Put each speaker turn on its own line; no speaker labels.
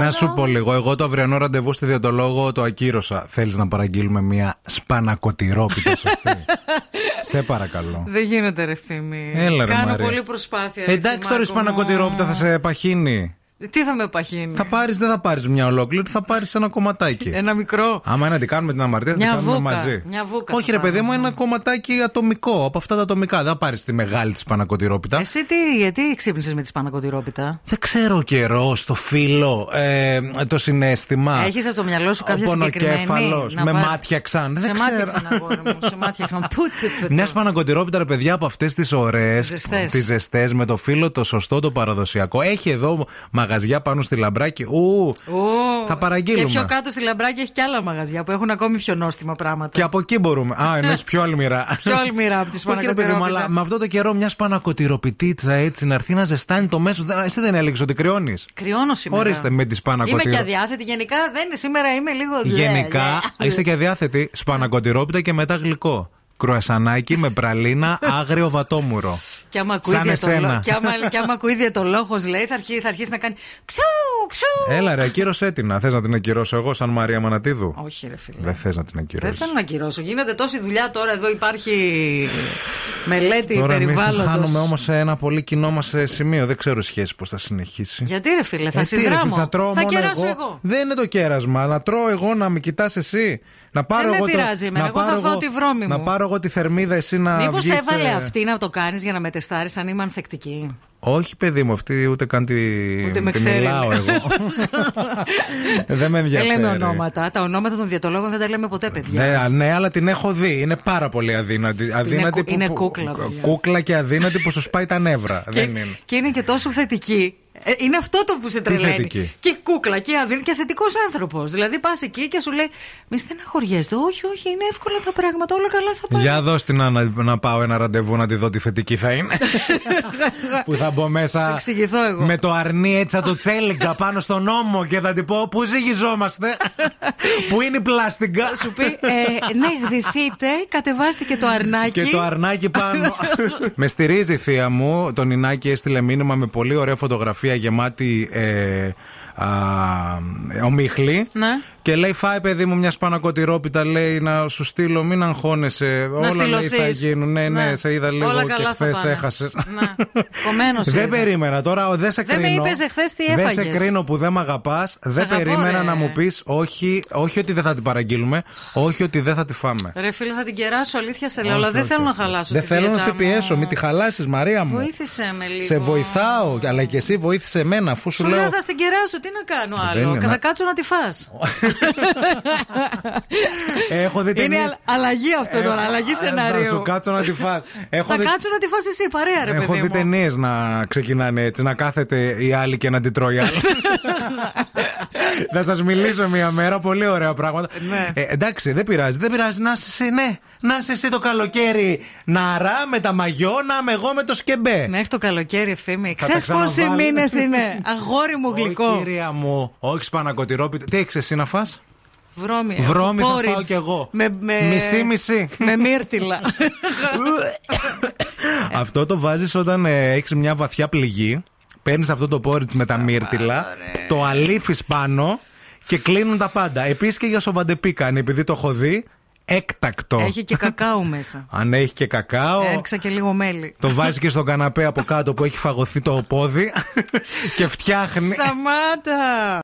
Να σου πω λίγο. Εγώ το αυριανό ραντεβού στη διοντολόγο το ακύρωσα. Θέλεις να παραγγείλουμε μια σπανακοτηρόπιτα σωστή. Σε παρακαλώ.
Δεν γίνεται ρε ευθύμη.
Έλα, ρε,
Κάνω
Μαρία. Ε,
πολύ προσπάθεια. ρε,
Εντάξει τώρα η
Θημάκο Ε, μου.
σπανακοτηρόπιτα θα σε παχύνει.
Ε, Τι θα με παχύνει.
Θα πάρεις, δεν θα πάρεις μια ολόκληρη, θα πάρεις ένα κομματάκι.
Ένα μικρό.
Άμα είναι να την κάνουμε την αμαρτία, θα
Ε, Μια
την κάνουμε
βούκα.
μαζί.
Μια βούκα
Όχι,
θα
ρε παιδί μου,
πάρουμε.
ένα κομματάκι ατομικό. Από αυτά τα ατομικά. Δεν θα πάρεις τη μεγάλη της Πανακοτηρόπιτα.
Εσύ τι, γιατί ξύπνησες με τη σπανακοτηρόπιτα.
Δεν ξέρω καιρό, στο φίλο, ε, το συνέστημα.
Έχεις από το μυαλό σου
Ο
κάποια συγκεκριμένη.
πονοκέφαλος,
να
με
πάρει-
μάτια ξαν.
Σε
Δεν ξέρω.
μάτια ξανά, αγόρι μου. Σε μάτια ξανά. Πού, πού, πού,
Μια
πού.
σπανακοτηρόπιτα, ρε παιδιά, από αυτές τις ωραίες.
Ζεστές.
Τις ζεστές, με το φίλο, το σωστό, το παραδοσιακό. Έχει εδώ μαγαζιά πάνω στη λαμπράκι. Ου,
Ω,
θα παραγγείλουμε.
Και πιο κάτω στη λαμπράκι έχει και άλλα μαγαζιά που έχουν ακόμη πιο νόστιμα πράγματα.
Και από εκεί μπορούμε. Α, εννοεί πιο αλμυρά.
Πιο αλμυρά από τη
Όχι, ρε παιδί μου,
σπανακοτηρόπιτα.
αλλά με αυτό το καιρό μιας σπανακοτηροπιτίτσα έτσι να έρθει να ζεστάνει το μέσο. Δεν- Εσύ δεν έλεγες ότι κρυώνεις.
Κρυώνω σήμερα.
Ορίστε με τη σπανακοτήρο.
Είμαι και αδιάθετη. Γενικά δεν είναι σήμερα, είμαι λίγο.
Γενικά
λε, λε.
είσαι και διάθετη. Σπανακοτηρόπιτα και μετά γλυκό. Κρουασανάκι με πραλίνα, άγριο βατόμουρο.
Και άμα ακούει
Σαν
διαιτολό-
εσένα.
και άμα- και άμα ακούει διαιτολόγο, λέει, θα αρχί- θα αρχίσει να κάνει. Ξού, ξού.
Έλα ρε, ακύρωσέ την. Θες να την ακυρώσω εγώ σαν Μαρία Μανατίδου.
Όχι, ρε φίλε.
Δεν θες να την
Δεν
ακυρώσεις.
θέλω να κυρώσω. Γίνεται τόση δουλειά τώρα εδώ. Υπάρχει μελέτη
Τώρα εμείς χάνουμε
περιβάλλοντο.
όμω ένα πολύ κοινό μας σημείο. Δεν ξέρω η σχέση πώς θα συνεχίσει.
Γιατί ρε φίλε, θα
Ε, τι ρε,
συνδράμω.
Θα τρώω μόνο
κεράσω
εγώ.
εγώ.
Δεν είναι το κέρασμα. Να τρώω εγώ να με κοιτάς εσύ. Να πάρω
με
εγώ
πειράζει
το,
εμένα.
να
Εγώ θα
πάρω
φάω τη βρώμη
Να
μου.
πάρω εγώ τη θερμίδα, εσύ να.
Μήπως
βγεις,
έβαλε
ε,
αυτή να το κάνεις για να με τεστάρεις αν είμαι ανθεκτική.
Όχι, παιδί μου, αυτή ούτε καν τη.
Ούτε με
τη
ξέρει.
μιλάω εγώ. δεν με
Δεν
ενδιαφέρει.
λέμε ονόματα. Τα ονόματα των διατολόγων δεν τα λέμε ποτέ, παιδιά.
Ναι, α, ναι, αλλά την έχω δει. Είναι πάρα πολύ αδύνατη. αδύνατη
κου- είναι κούκλα, παιδιά.
κούκλα και αδύνατη που σου σπάει τα νεύρα. δεν είναι.
Και είναι και τόσο θετική. Ε, είναι αυτό το που σε τρελαίνει.
θετική?
Και κούκλα και αδύναμη και θετικός άνθρωπος. Δηλαδή πας εκεί και σου λέει Μη στεναχωριέστε. Όχι, όχι, είναι εύκολα τα πράγματα. Όλα καλά θα πάνε.
Για δώσ' την να, να πάω ένα ραντεβού να τη δω τι θετική θα είναι. που θα μπω μέσα.
Σου εξηγηθώ εγώ.
Με το αρνί έτσι θα το τσέλιγκα πάνω στον ώμο και θα την πω Πού ζυγιζόμαστε. Πού είναι η πλαστικά.
Θα Σου πει ε, Ναι, γδυθείτε, κατεβάστε και το αρνάκι.
Και το αρνάκι πάνω. με στηρίζει η θεία μου. Τον Ινάκη έστειλε μήνυμα με πολύ ωραία φωτογραφία γεμάτη ε, α, ομίχλη.
Ναι.
Και λέει: Φάει, παιδί μου, μια σπανακοτηρόπιτα. Λέει να σου στείλω, μην αγχώνεσαι. όλα λέει, θα
στυλωθείς.
γίνουν. Ναι, ναι,
Ναι.
σε είδα λίγο
Όλα
και
καλά θα
χθες
πάνε.
έχασες.
Ναι. Κομμένος
Δεν
είδα.
περίμενα τώρα, ο, δεν σε
Δεν με
κρίνω.
είπες εχθές τι
Δεν σε
έφαγες.
κρίνω που δεν με αγαπά. Δεν
αγαπώ,
περίμενα
ρε.
να μου πεις όχι, όχι ότι δεν θα την παραγγείλουμε, όχι ότι δεν θα τη φάμε.
Ρε φίλε, θα την κεράσω, αλήθεια σε λέω, αλλά
Όχι,
δεν
όχι,
θέλω να
όχι.
χαλάσω.
Δεν
τη
θέλω να
δίαιτα
σε
μου.
πιέσω, μην τη χαλάσεις, Μαρία μου.
Βοήθησε με λίγο.
Σε βοηθάω, αλλά και εσύ βοήθησε εμένα, αφού σου
Σου λέω
λέω.
θα στην κεράσω, τι να κάνω άλλο.
είναι,
Θα
να-
κάτσω να τη φας
Έχω δει
Είναι
ταινίες-
αλ- αλλαγή αυτό
Έχω-
τώρα, αλλαγή
Α,
σενάριου.
Ε, Θα σου κάτσω να τη φας. Έχω
Θα
δει-
κάτσω να τη φας εσύ, παρέα ρε
Έχω
παιδί
δει
μου.
ταινίες να ξεκινάνε έτσι, να κάθεται η άλλη και να την τρώει άλλη. Θα σας μιλήσω μία μέρα, πολύ ωραία πράγματα.
Ναι.
Ε, εντάξει, δεν πειράζει, δεν πειράζει. Να είσαι εσύ, ναι, να είσαι εσύ το καλοκαίρι. Να ρά με τα μαγιό, να είμαι εγώ με το σκεμπέ.
Μέχρι το καλοκαίρι ευθύμη.
τα
Ξέρεις πόσοι
ξαναβάλω.
μήνες είναι. Αγόρι μου
Όχι,
γλυκό.
κυρία μου, όχι σπανακοτηρόπιτα. Τι έχεις εσύ να φά.
Βρώμη.
Βρώμη θα
Porridge.
φάω κι εγώ.
Με- με-
Μισή-μισή.
Με μύρτιλα.
αυτό το βάζεις όταν έχεις μια βαθιά πληγή. Παίρνεις αυτό το πόριτ με τα μύρτιλα, το αλήφεις πάνω και κλείνουν τα πάντα. Επίσης και για σοβαντεπίκαν, επειδή το έχω δει, έκτακτο.
Έχει και κακάο μέσα.
Αν έχει και κακάο.
Έριξα και λίγο μέλι.
Το βάζει και στον καναπέ από κάτω που έχει φαγωθεί το πόδι και φτιάχνει.
Σταμάτα.